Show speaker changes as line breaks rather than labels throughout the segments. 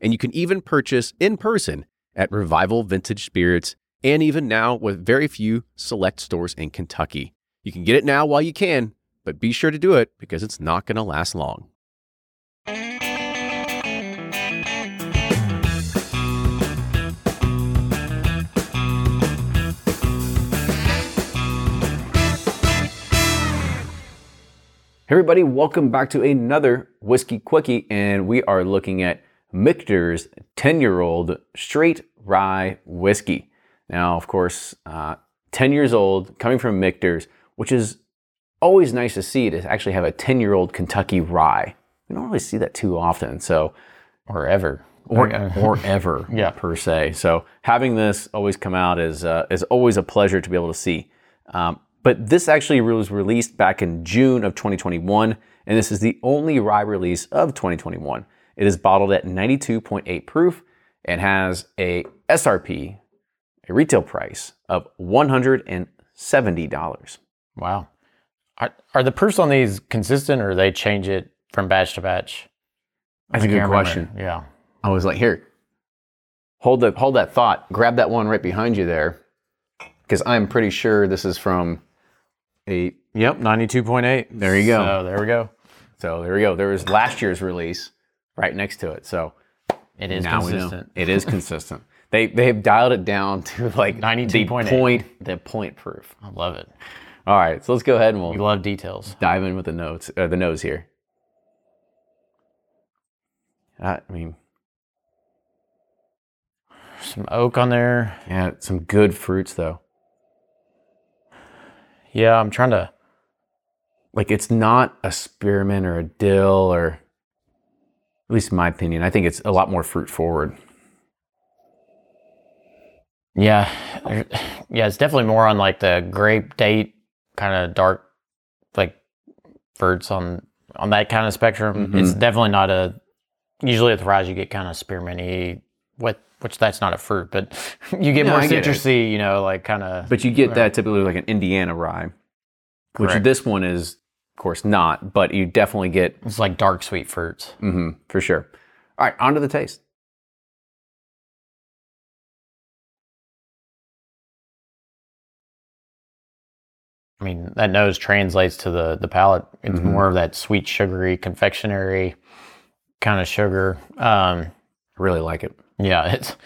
and you can even purchase in person at Revival Vintage Spirits and even now with very few select stores in Kentucky. You can get it now while you can, but be sure to do it because it's not going to last long. Hey everybody, welcome back to another Whiskey Quickie, and we are looking at Michter's 10 year old straight rye whiskey. Now, of course, uh, 10 years old, coming from Michter's, which is always nice to see to actually have a 10 year old Kentucky rye. We don't really see that too often, so,
or ever. Uh,
or, or ever,
Yeah.
per se. So, having this always come out is, uh, is always a pleasure to be able to see. Um, but this actually was released back in June of 2021, and this is the only rye release of 2021. It is bottled at 92.8 proof and has a SRP, a retail price of $170.
Wow. Are, are the proofs on these consistent or they change it from batch to batch?
That's a
I
good
can't remember.
question.
Yeah.
I was like, here, hold the hold that thought. Grab that one right behind you there, because I'm pretty sure this is from a.
Yep, 92.8.
There you go.
So there we go.
So there we go. There was last year's release right next to it. So
It is
now
consistent.
we know it is consistent. they they have dialed it down to like the
92.8.
point the point proof.
I love it.
All right, so let's go ahead and we'll
You love details.
dive in with the notes or the nose here. Uh, I mean,
Some oak on there.
yeah, some good fruits though.
Yeah, I'm trying to.
like it's not a spearmint or a dill or at least in my opinion i think it's a lot more fruit forward
Yeah. there- Yeah, it's definitely more on like the grape date kind of dark, like fruits on on that kind of spectrum.
Mhm.
It's definitely not a. Usually with rye you get kind of spearminty. What which that's not a fruit, but you get
No,
more
I get it.
citrusy. You know, like kind of.
but you get that typically like an indiana rye which
Correct.
this one is of course not but you definitely get
It's like dark sweet fruits.
mhm, for sure all right on to the taste
I mean, that nose translates to the the palate. It's
Mhm.
more of that sweet, sugary, confectionery kind of sugar. Um,
i really like it
yeah, it's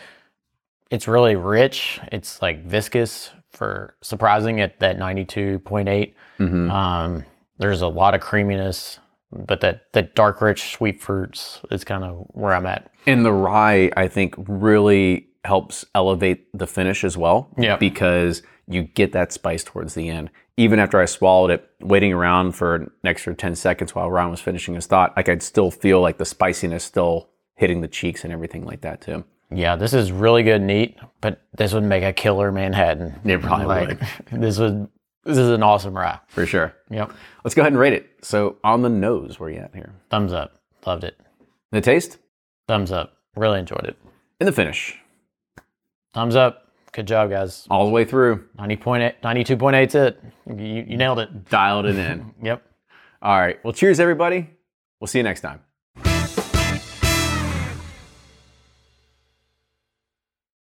it's really rich. It's like viscous for surprising at that ninety two point eight.
Mhm.
Um, there's a lot of creaminess, but that that dark, rich, sweet fruits is kind of where I'm at.
and the rye i think really helps elevate the finish as well
Yeah.
because you get that spice towards the end even after i swallowed it waiting around for an extra 10 seconds while ron was finishing his thought like i'd still feel like the spiciness still hitting the cheeks and everything like that too
Yeah, this is really good and neat, but this would make a killer Manhattan.
It probably
would. This would. This is an awesome rye.
for sure
Yep.
let's go ahead and rate it so on the nose where you at here
Thumbs up. Loved it.
the taste
Thumbs up. Really enjoyed it.
and the finish
Thumbs up. Good job, guys.
all the way through
90.8, 92.8 is it. You, you nailed it.
dialed it in
Yep.
all right well cheers everybody we'll see you next time